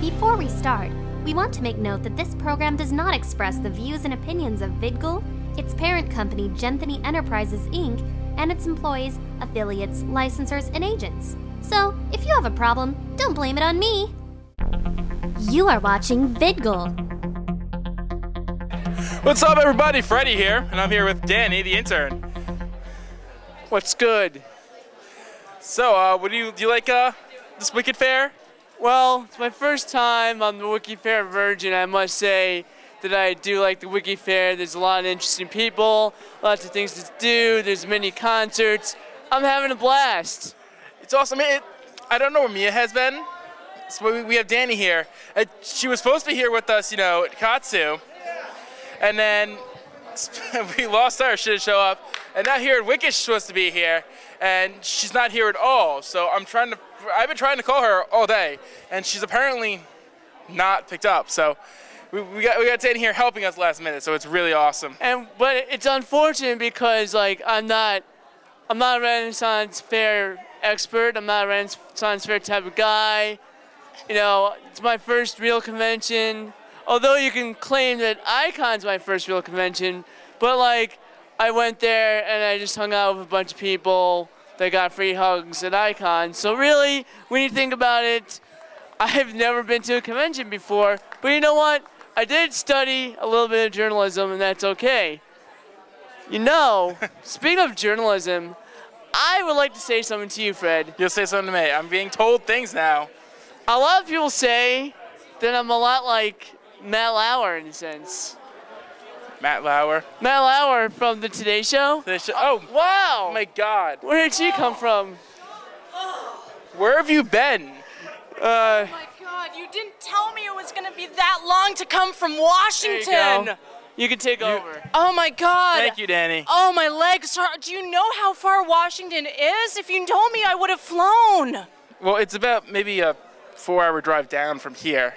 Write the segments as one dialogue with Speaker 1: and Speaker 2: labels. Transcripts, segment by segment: Speaker 1: Before we start, we want to make note that this program does not express the views and opinions of VidGul, its parent company Genthany Enterprises Inc., and its employees, affiliates, licensors, and agents. So, if you have a problem, don't blame it on me. You are watching VidGul.
Speaker 2: What's up, everybody? Freddie here, and I'm here with Danny, the intern.
Speaker 3: What's good?
Speaker 2: So, uh, what do you do? You like uh, this Wicked Fair?
Speaker 3: Well, it's my first time on the Wiki Fair Virgin. I must say that I do like the Wiki Fair. There's a lot of interesting people, lots of things to do. There's many concerts. I'm having a blast.
Speaker 2: It's awesome. It, I don't know where Mia has been. So we, we have Danny here. Uh, she was supposed to be here with us, you know, at Katsu, and then we lost her. She didn't show up, and now here at Wicked, she's supposed to be here, and she's not here at all. So I'm trying to. I've been trying to call her all day, and she's apparently not picked up. So. We, we got we got Danny here helping us last minute, so it's really awesome.
Speaker 3: And but it's unfortunate because like I'm not, I'm not a Renaissance Fair expert. I'm not a Renaissance Fair type of guy. You know, it's my first real convention. Although you can claim that Icon's my first real convention, but like I went there and I just hung out with a bunch of people that got free hugs at Icon. So really, when you think about it, I've never been to a convention before, but you know what? I did study a little bit of journalism, and that's okay. You know, speaking of journalism, I would like to say something to you, Fred.
Speaker 2: You'll say something to me. I'm being told things now.
Speaker 3: A lot of people say that I'm a lot like Matt Lauer in a sense.
Speaker 2: Matt Lauer.
Speaker 3: Matt Lauer from the Today Show.
Speaker 2: They should- oh,
Speaker 3: Wow!
Speaker 2: oh my God.
Speaker 3: Where did she come from?
Speaker 2: Where have you been?
Speaker 3: Uh,
Speaker 4: my god, you didn't tell me it was gonna be that long to come from
Speaker 3: there you
Speaker 4: Washington.
Speaker 3: go. You can take over.
Speaker 4: Oh my god.
Speaker 2: Thank you, Danny.
Speaker 4: Oh, my legs hurt. Do you know how far Washington is? If you told me, I would have flown.
Speaker 2: Well, it's about maybe a four-hour drive down from here.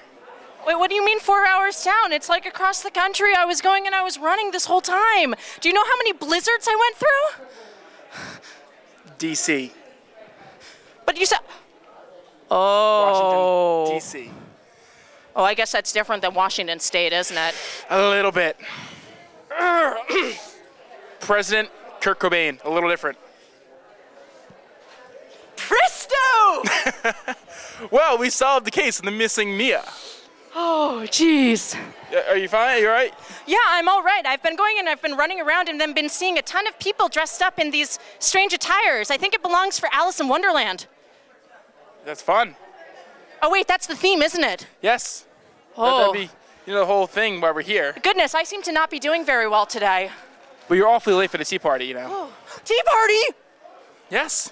Speaker 4: Wait, what do you mean four hours down? It's like across the country. I was going and I was running this whole time. Do you know how many blizzards I went through?
Speaker 2: D.C.
Speaker 4: But you said.
Speaker 2: Washington,
Speaker 4: Oh.
Speaker 2: D.C.
Speaker 4: Oh, I guess that's different than Washington State, isn't it?
Speaker 2: A little bit. President Kurt Cobain. A little different.
Speaker 4: Presto!
Speaker 2: Well, we solved the case in the missing Mia.
Speaker 4: oh, jeez.
Speaker 2: Uh, Are you fine? Are you all right?
Speaker 4: Yeah, I'm all right. I've been going and I've been running around and then been seeing a ton of people dressed up in these strange attires. I think it belongs for Alice in Wonderland.
Speaker 2: That's fun.
Speaker 4: Oh, wait, that's the theme, isn't it?
Speaker 2: Yes.
Speaker 4: Oh,
Speaker 2: That'd be, you know, the whole thing while we're here.
Speaker 4: goodness, I seem to not be doing very well today.
Speaker 2: But you're awfully late for the tea party, you know.
Speaker 4: Tea party!
Speaker 2: Yes.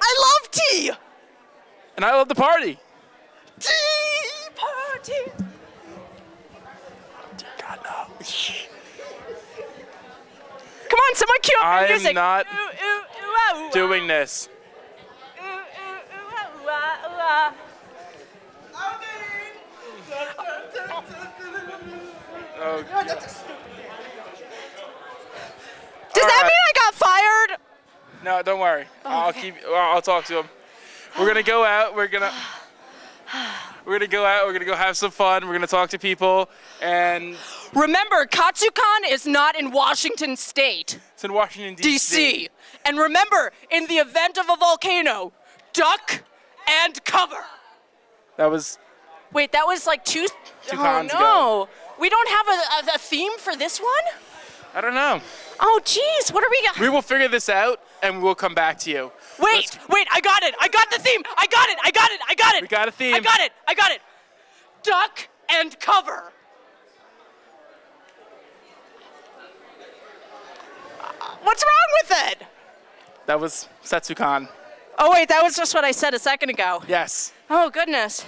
Speaker 4: I love tea!
Speaker 2: And I love the party.
Speaker 4: Tea party!
Speaker 2: God, no.
Speaker 4: Come on, someone cue up
Speaker 2: I
Speaker 4: your
Speaker 2: am
Speaker 4: music.
Speaker 2: not
Speaker 4: Ooh, ooh, ooh, ah, ooh, ah.
Speaker 2: Doing this.
Speaker 4: Ooh, ooh, ooh, ah, ooh, ah, ooh, ah. Does
Speaker 2: All
Speaker 4: that
Speaker 2: right.
Speaker 4: mean I got fired?
Speaker 2: No, don't worry.
Speaker 4: Oh,
Speaker 2: I'll keep. I'll I'll talk to him. We're gonna go out. We're gonna. We're gonna go out. We're gonna go have some fun. We're gonna talk to people, and
Speaker 4: Remember, Katsukan is not in Washington State,
Speaker 2: it's in Washington
Speaker 4: D.C. And remember, in the event of a volcano, duck and cover.
Speaker 2: That was.
Speaker 4: Wait, that was like two.
Speaker 2: Two
Speaker 4: oh
Speaker 2: cons
Speaker 4: no,
Speaker 2: ago.
Speaker 4: we don't have a, a, a theme for this one.
Speaker 2: I don't know.
Speaker 4: Oh jeez, what are we gonna?
Speaker 2: We will figure this out, and we'll come back to you.
Speaker 4: Wait, wait, I got it. I got the theme. I got it. I got it. I got it.
Speaker 2: We got a theme.
Speaker 4: I got it. I got it. Duck and cover. Uh, What's wrong with it?
Speaker 2: That was Setsukan.
Speaker 4: Oh, wait, that was just what I said a second ago.
Speaker 2: Yes.
Speaker 4: Oh, goodness.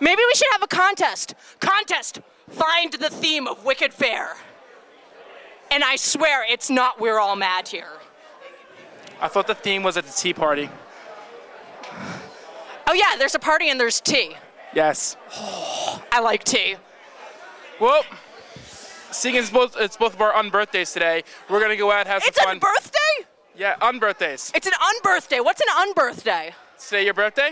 Speaker 4: Maybe we should have a contest. Contest! Find the theme of Wicked Fair. And I swear it's not We're All Mad here.
Speaker 2: I thought the theme was at the tea party.
Speaker 4: Oh, yeah, there's a party and there's tea.
Speaker 2: Yes.
Speaker 4: I like tea.
Speaker 2: Well, seeing it's both it's both of our unbirthdays today, we're gonna go out have
Speaker 4: It's
Speaker 2: some
Speaker 4: a
Speaker 2: fun.
Speaker 4: birthday?
Speaker 2: yeah, unbirthdays.
Speaker 4: It's an unbirthday. What's an unbirthday?
Speaker 2: Today your birthday?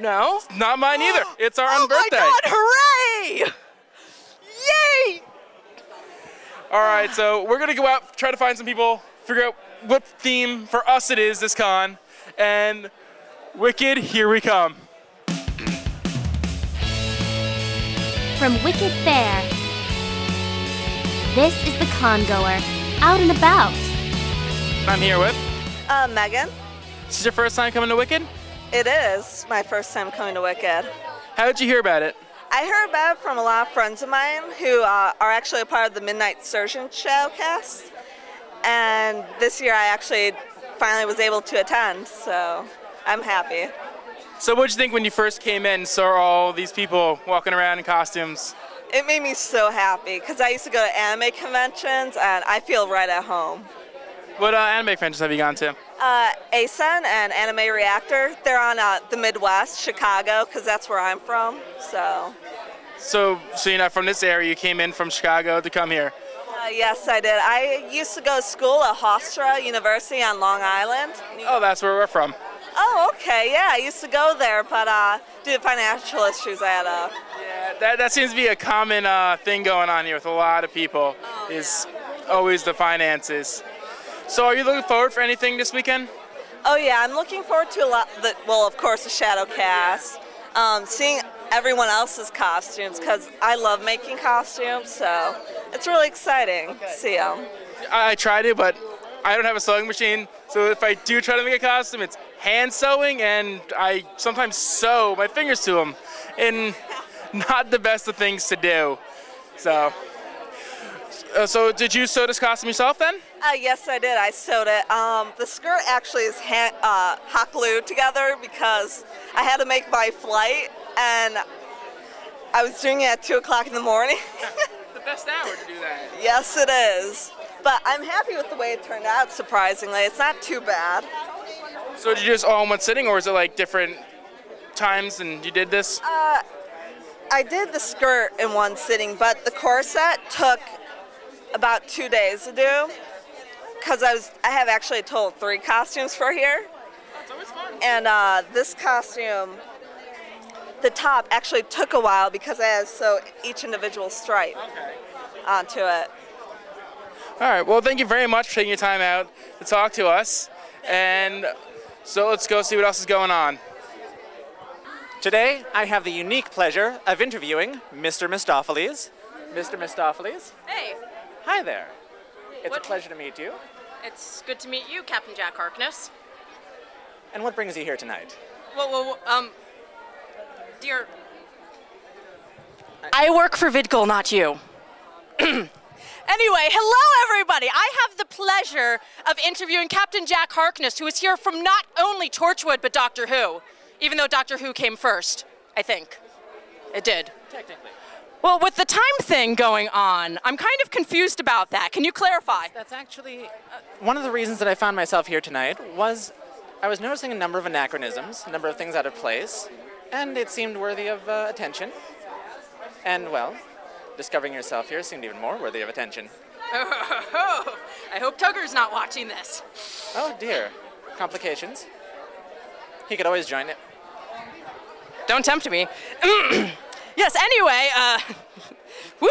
Speaker 4: No?
Speaker 2: Not mine either. It's our
Speaker 4: oh
Speaker 2: own birthday.
Speaker 4: my god, hooray! Yay!
Speaker 2: All right, so we're gonna go out, try to find some people, figure out what theme for us it is this con, and Wicked, here we come.
Speaker 1: From Wicked Fair. This is the congoer, out and about.
Speaker 2: I'm here with.
Speaker 5: Uh, Megan,
Speaker 2: This is your first time coming to Wicked.
Speaker 5: it is my first time coming to Wicked.
Speaker 2: How did you hear about it?
Speaker 5: I heard about it from a lot of friends of mine who uh, are actually a part of the Midnight Surgeon show cast. And this year I actually finally was able to attend, so I'm happy.
Speaker 2: So, what did you think when you first came in? and Saw all these people walking around in costumes.
Speaker 5: It made me so happy because I used to go to anime conventions and I feel right at home.
Speaker 2: What uh, anime conventions have you gone to?
Speaker 5: Uh, ASUN and Anime Reactor, they're on uh, the Midwest, Chicago, because that's where I'm from, so.
Speaker 2: So, so you're not from this area. You came in from Chicago to come here.
Speaker 5: Uh, yes, I did. I used to go to school at Hofstra University on Long Island.
Speaker 2: Oh, that's where we're from.
Speaker 5: Oh, okay. Yeah, I used to go there, but uh, due to financial issues, I had a.
Speaker 2: That, that seems to be a common uh, thing going on here with a lot of people. is always the finances. So, are you looking forward for anything this weekend?
Speaker 5: Oh yeah, I'm looking forward to a lot. The, well, of course, the shadow cast. Um, seeing everyone else's costumes because I love making costumes, so it's really exciting to see them.
Speaker 2: I, I tried it, but I don't have a sewing machine. So if I do try to make a costume, it's hand sewing, and I sometimes sew my fingers to them, and not the best of things to do. So, uh, so did you sew this costume yourself then?
Speaker 5: Uh, yes, I did. I sewed it. Um, the skirt actually is hand, uh, hot glued together because I had to make my flight, and I was doing it at two o'clock in the morning.
Speaker 2: The best hour to do that.
Speaker 5: yes, it is. But I'm happy with the way it turned out. Surprisingly, it's not too bad.
Speaker 2: So did you do this all in one sitting, or is it like different times and you did this?
Speaker 5: I did the skirt in one sitting, but the corset took about two days to do because I was I have actually a total of three costumes for here. And uh, this costume, the top actually took a while because I had to sew each individual stripe onto it.
Speaker 2: All right. Well, thank you very much for taking your time out to talk to us. And so let's go see what else is going on.
Speaker 6: Today, I have the unique pleasure of interviewing Mr. Mistopheles. Mr. Mistopheles,
Speaker 7: Hey,
Speaker 6: hi there. It's
Speaker 7: What-
Speaker 6: a pleasure to meet you.
Speaker 7: it's good to meet you, Captain Jack Harkness.
Speaker 6: And what brings you here tonight?
Speaker 7: Whoa, whoa, whoa, um, dear,
Speaker 4: I work for VidGul, not you. anyway, hello everybody. I have the pleasure of interviewing Captain Jack Harkness, who is here from not only Torchwood but Doctor Who, even though Doctor Who came first, I think. It did. Technically. Well, with the time thing going on, I'm kind of confused about that. Can you clarify?
Speaker 6: That's actually uh, one of the reasons that I found myself here tonight was I was noticing a number of anachronisms, a number of things out of place, and it seemed worthy of uh, attention. And well, discovering yourself here seemed even more worthy of attention.
Speaker 7: oh, I hope Tugger's not watching this.
Speaker 6: Oh dear, complications. He could always join it.
Speaker 4: Don't tempt me. yes, anyway, uh, woo.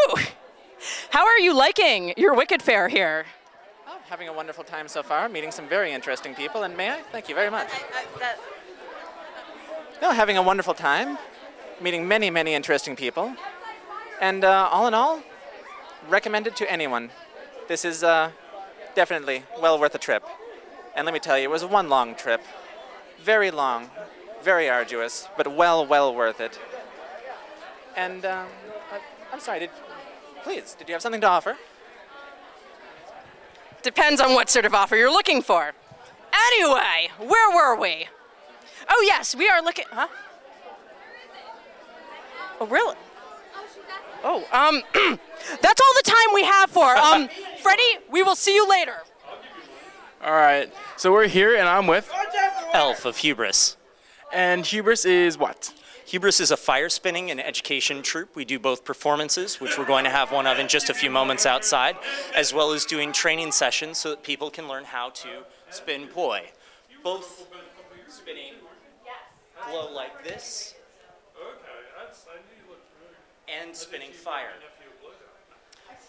Speaker 4: How are you liking your Wicked Fair here?
Speaker 6: Oh, having a wonderful time so far, meeting some very interesting people, and may I? Thank you very much. No, having a wonderful time, meeting many, many interesting people, and uh, all in all, recommended to anyone. This is uh, definitely well worth a trip. And let me tell you, it was one long trip. Very long, very arduous, but well, well worth it. And um, I, I'm sorry, did, please, did you have something to offer?
Speaker 4: Depends on what sort of offer you're looking for. Anyway, where were we? Oh, yes, we are looking. Huh? Oh, really? Oh, um, that's all the time we have for. Um, Freddie, we will see you later.
Speaker 2: All right. So we're here, and I'm with.
Speaker 8: Elf of Hubris.
Speaker 2: And hubris is what?
Speaker 8: Hubris is a fire spinning and education troupe. We do both performances, which we're going to have one of in just a few moments outside, as well as doing training sessions so that people can learn how to spin poi. Both spinning glow like this and spinning fire.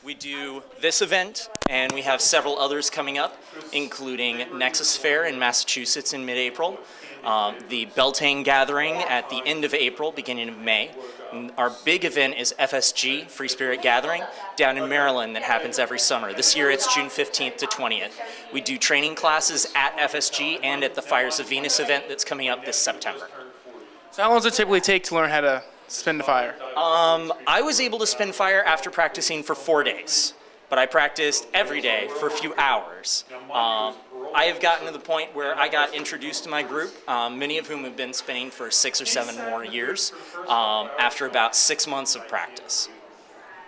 Speaker 8: We do this event, and we have several others coming up, including Nexus Fair in Massachusetts in mid April, um, the Beltane Gathering at the end of April, beginning of May. And Our big event is FSG, Free Spirit Gathering, down in Maryland that happens every summer. This year it's June 15th to 20th. We do training classes at FSG and at the Fires of Venus event that's coming up this September.
Speaker 2: So how long does it typically take to learn how to spin the fire?
Speaker 8: I was able to spin fire after practicing for four days, but I practiced every day for a few hours. Um, I have gotten to the point where I got introduced to my group, um, many of whom have been spinning for six or seven more years, um, after about six months of practice.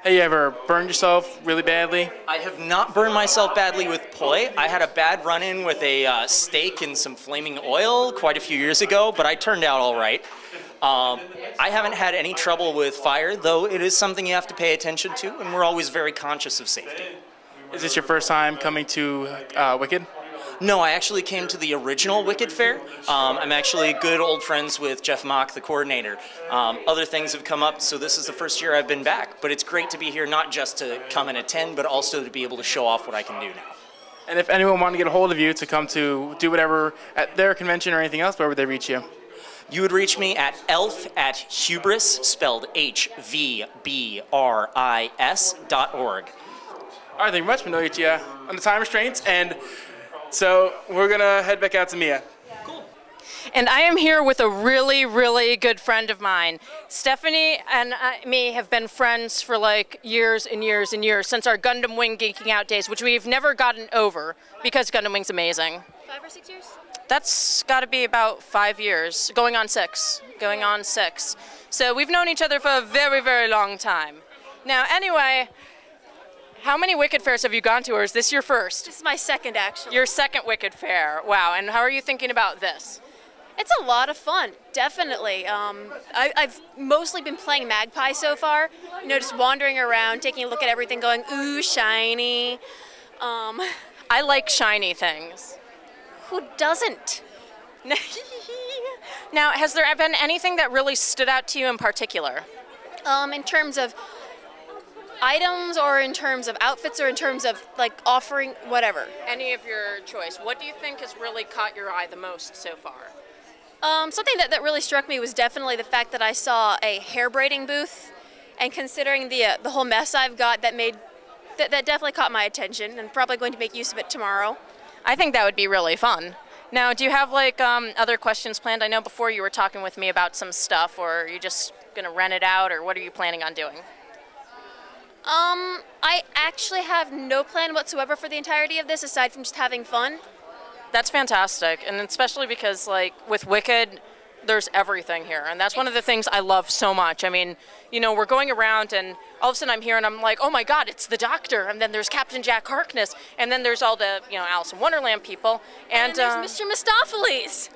Speaker 2: Have you ever burned yourself really badly?
Speaker 8: I have not burned myself badly with poi. I had a bad run in with a uh, steak and some flaming oil quite a few years ago, but I turned out all right. Um, I haven't had any trouble with fire, though it is something you have to pay attention to, and we're always very conscious of safety.
Speaker 2: Is this your first time coming to uh, Wicked?
Speaker 8: No, I actually came to the original Wicked Fair. Um, I'm actually good old friends with Jeff Mock, the coordinator. Um, other things have come up, so this is the first year I've been back. But it's great to be here, not just to come and attend, but also to be able to show off what I can do now.
Speaker 2: And if anyone wanted to get a hold of you to come to do whatever at their convention or anything else, where would they reach you?
Speaker 8: You would reach me at elf at hubris, spelled H V B R I S dot org.
Speaker 2: All right, thank you much, Manoya, to you on the time restraints. And so we're going to head back out to Mia.
Speaker 4: And I am here with a really, really good friend of mine. Stephanie and I, me have been friends for like years and years and years since our Gundam Wing Geeking Out days, which we've never gotten over because Gundam Wing's amazing.
Speaker 1: Five or six years?
Speaker 4: That's got to be about five years, going on six, going on six. So we've known each other for a very, very long time. Now, anyway, how many Wicked Fairs have you gone to, or is this your first?
Speaker 9: This is my second, actually.
Speaker 4: Your second Wicked Fair. Wow. And how are you thinking about this?
Speaker 9: it's a lot of fun, definitely. Um, I, I've mostly been playing Magpie so far. You know, just wandering around, taking a look at everything, going, ooh, shiny. Um,
Speaker 4: I like shiny things.
Speaker 9: who doesn't?
Speaker 4: now, has there been anything that really stood out to you in particular?
Speaker 9: Um, in terms of items, or in terms of outfits, or in terms of like offering, whatever.
Speaker 4: Any of your choice. What do you think has really caught your eye the most so far?
Speaker 9: Um, something that, that really struck me was definitely the fact that I saw a hair braiding booth, and considering the uh, the whole mess I've got, that made that, that definitely caught my attention, and probably going to make use of it tomorrow.
Speaker 4: I think that would be really fun. Now, do you have like um, other questions planned? I know before you were talking with me about some stuff, or are you just gonna rent it out, or what are you planning on doing?
Speaker 9: Um, I actually have no plan whatsoever for the entirety of this aside from just having fun.
Speaker 4: That's fantastic, and especially because like with Wicked, there's everything here, and that's one of the things I love so much. I mean, you know, we're going around, and all of a sudden I'm here, and I'm like, oh my God, it's the Doctor, and then there's Captain Jack Harkness, and then there's all the you know Alice in Wonderland people, and,
Speaker 9: And there's
Speaker 4: uh,
Speaker 9: Mr. Mistopheles.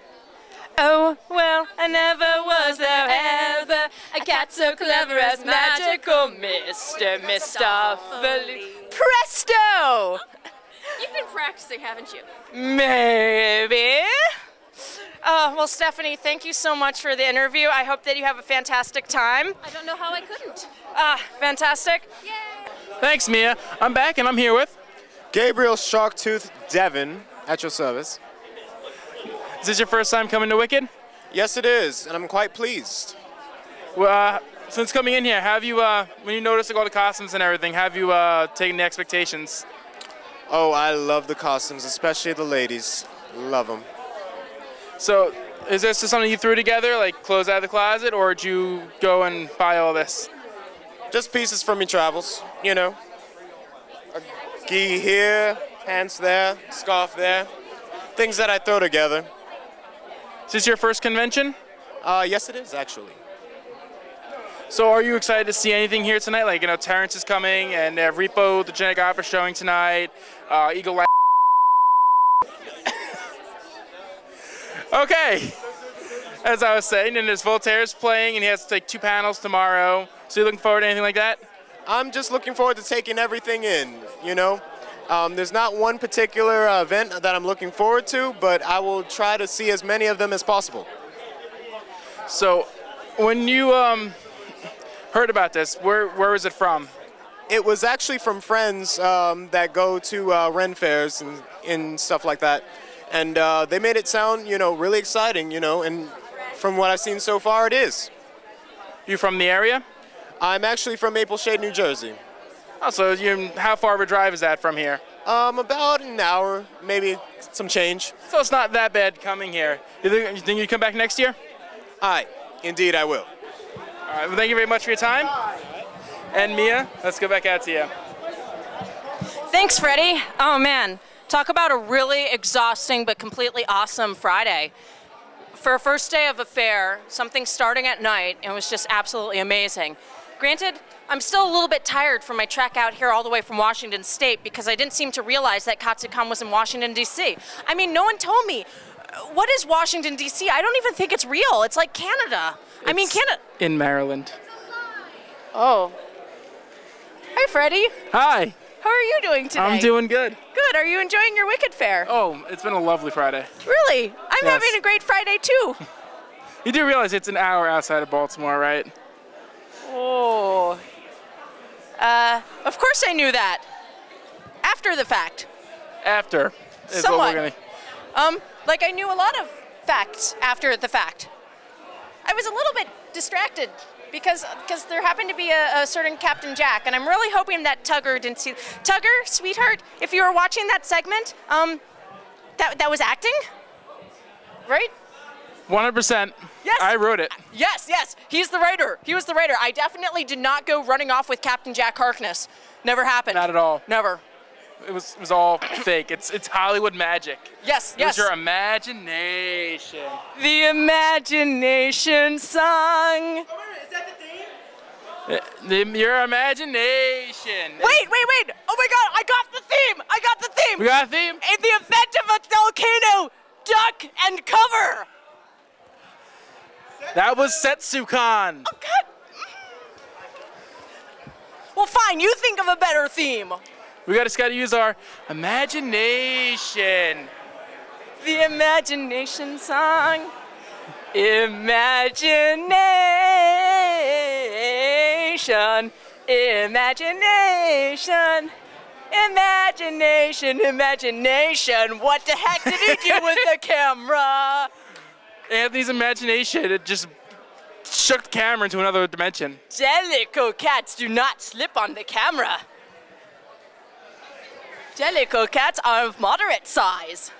Speaker 4: oh well, I never was there ever a cat so clever as magical, Mr. Mistopheles. Presto!
Speaker 9: You've been practicing, haven't you?
Speaker 4: Maybe. Oh, well, Stephanie, thank you so much for the interview. I hope that you have a fantastic time.
Speaker 9: I don't know how I couldn't.
Speaker 4: Ah, fantastic.
Speaker 2: Thanks, Mia. I'm back and I'm here with.
Speaker 10: Gabriel Sharktooth Devon at your service.
Speaker 2: Is this your first time coming to Wicked?
Speaker 10: Yes, it is, and I'm quite pleased.
Speaker 2: Well, uh, since coming in here, have you, uh, when you noticed like, all the costumes and everything, have you uh, taken the expectations?
Speaker 10: Oh, I love the costumes, especially the ladies. Love them.
Speaker 2: So is this just something you threw together, like clothes out of the closet, or did you go and buy all this?
Speaker 10: Just pieces from your travels, you know. A gi here, pants there, scarf there. Things that I throw together.
Speaker 2: Is this your first convention?
Speaker 10: Uh, yes, it is, actually.
Speaker 2: So are you excited to see anything here tonight? Like, you know, Terrence is coming, and uh, Repo, the Genetic Opera showing tonight, uh, Eagle Lab. okay. As I was saying, and there's Voltaire's playing, and he has to take two panels tomorrow. So you looking forward to anything like that?
Speaker 10: I'm just looking forward to taking everything in, you know. Um, there's not one particular uh, event that I'm looking forward to, but I will try to see as many of them as possible.
Speaker 2: So, when you um, heard about this, where where was it from?
Speaker 10: It was actually from friends um, that go to uh, Ren fairs and, and stuff like that, and uh, they made it sound, you know, really exciting, you know, and from what I've seen so far, it is.
Speaker 2: You from the area?
Speaker 10: I'm actually from Maple Shade, New Jersey.
Speaker 2: Oh, so you, how far of a drive is that from here?
Speaker 10: Um, about an hour, maybe some change.
Speaker 2: So it's not that bad coming here. You think you, think you come back next year?
Speaker 10: Aye, indeed I will.
Speaker 2: All right, well, thank you very much for your time. And Mia, let's go back out to you.
Speaker 4: Thanks, Freddie. Oh man, talk about a really exhausting but completely awesome Friday. For a first day of a fair, something starting at night, it was just absolutely amazing. Granted, I'm still a little bit tired from my trek out here all the way from Washington State because I didn't seem to realize that Katsucon was in Washington, D.C. I mean, no one told me. uh, What is Washington, D.C.? I don't even think it's real. It's like Canada. I mean, Canada.
Speaker 2: In Maryland.
Speaker 4: Oh. Hi, Freddie.
Speaker 2: Hi.
Speaker 4: How are you doing today?
Speaker 2: I'm doing good.
Speaker 4: Good. Are you enjoying your Wicked Fair?
Speaker 2: Oh, it's been a lovely Friday.
Speaker 4: Really? I'm
Speaker 2: Yes.
Speaker 4: having a great Friday too.
Speaker 2: You do realize it's an hour outside of Baltimore, right?
Speaker 4: Oh. Uh, of course I knew that. After the fact.
Speaker 2: After is what
Speaker 4: Somewhat.
Speaker 2: we're gonna.
Speaker 4: Um, like I knew a lot of facts after the fact. I was a little bit distracted because because there happened to be a, a certain Captain Jack, and I'm really hoping that Tugger didn't see. Tugger, sweetheart, if you were watching that segment, um, that that was acting, right?
Speaker 2: 100%.
Speaker 4: Yes.
Speaker 2: I wrote it.
Speaker 4: Yes, yes, he's the writer. He was the writer. I definitely did not go running off with Captain Jack Harkness. Never happened.
Speaker 2: Not at all.
Speaker 4: Never.
Speaker 2: It was it was all fake. It's it's Hollywood magic.
Speaker 4: Yes,
Speaker 2: It was
Speaker 4: yes.
Speaker 2: your imagination.
Speaker 4: The imagination song.
Speaker 2: Uh, the- Your imagination.
Speaker 4: Wait, wait, wait! Oh my god, I got the theme! I got the theme!
Speaker 2: We got a theme.
Speaker 4: In the event of a volcano, duck and cover!
Speaker 2: That was Setsukan.
Speaker 4: God. Well, fine, you think of a better theme.
Speaker 2: We got just got to use our imagination.
Speaker 4: The imagination song. Imagination. Imagination. Imagination, imagination. What the heck did he do with the camera?
Speaker 2: Anthony's imagination. It just shook the camera into another dimension.
Speaker 4: Jellico cats do not slip on the camera. Jellico cats are of moderate size.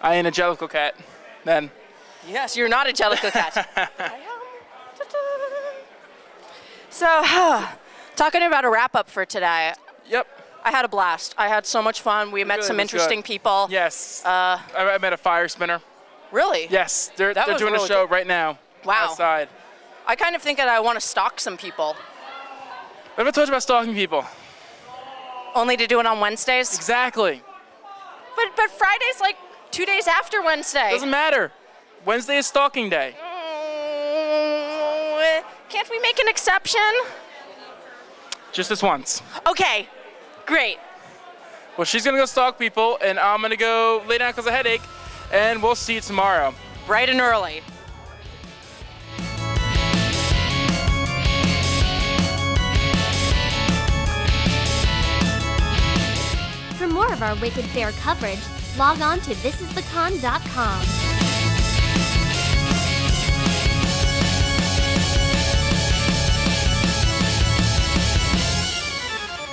Speaker 2: I ain't a jellicle cat. Then.
Speaker 4: Yes, you're not a jellico cat. I am. So, talking about a wrap up for today.
Speaker 2: Yep.
Speaker 4: I had a blast. I had so much fun. We met
Speaker 2: really
Speaker 4: some
Speaker 2: was good.
Speaker 4: interesting people.
Speaker 2: Yes.
Speaker 4: Uh,
Speaker 2: I, I met a fire spinner.
Speaker 4: really?
Speaker 2: Yes. They're,
Speaker 4: That
Speaker 2: they're
Speaker 4: was
Speaker 2: doing
Speaker 4: really
Speaker 2: a show
Speaker 4: cool.
Speaker 2: right now.
Speaker 4: Wow.
Speaker 2: Outside.
Speaker 4: I kind of think that I want to stalk some people,
Speaker 2: What have I told you about stalking people?
Speaker 4: only to do it on Wednesdays.
Speaker 2: Exactly.
Speaker 4: But but Friday's like two days after Wednesday.
Speaker 2: Doesn't matter. Wednesday is stalking day.
Speaker 4: Mm, Can't we make an exception?
Speaker 2: Just this once.
Speaker 4: Okay, great.
Speaker 2: Well, she's gonna go stalk people, and I'm gonna go lay down because a headache, and we'll see you tomorrow.
Speaker 4: Bright and early.
Speaker 1: For more of our Wicked Fair coverage, log on to thisisthecon.com.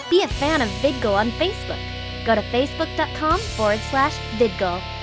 Speaker 1: Be a fan of VidGo on Facebook. Go to facebook.com forward slash VidGo.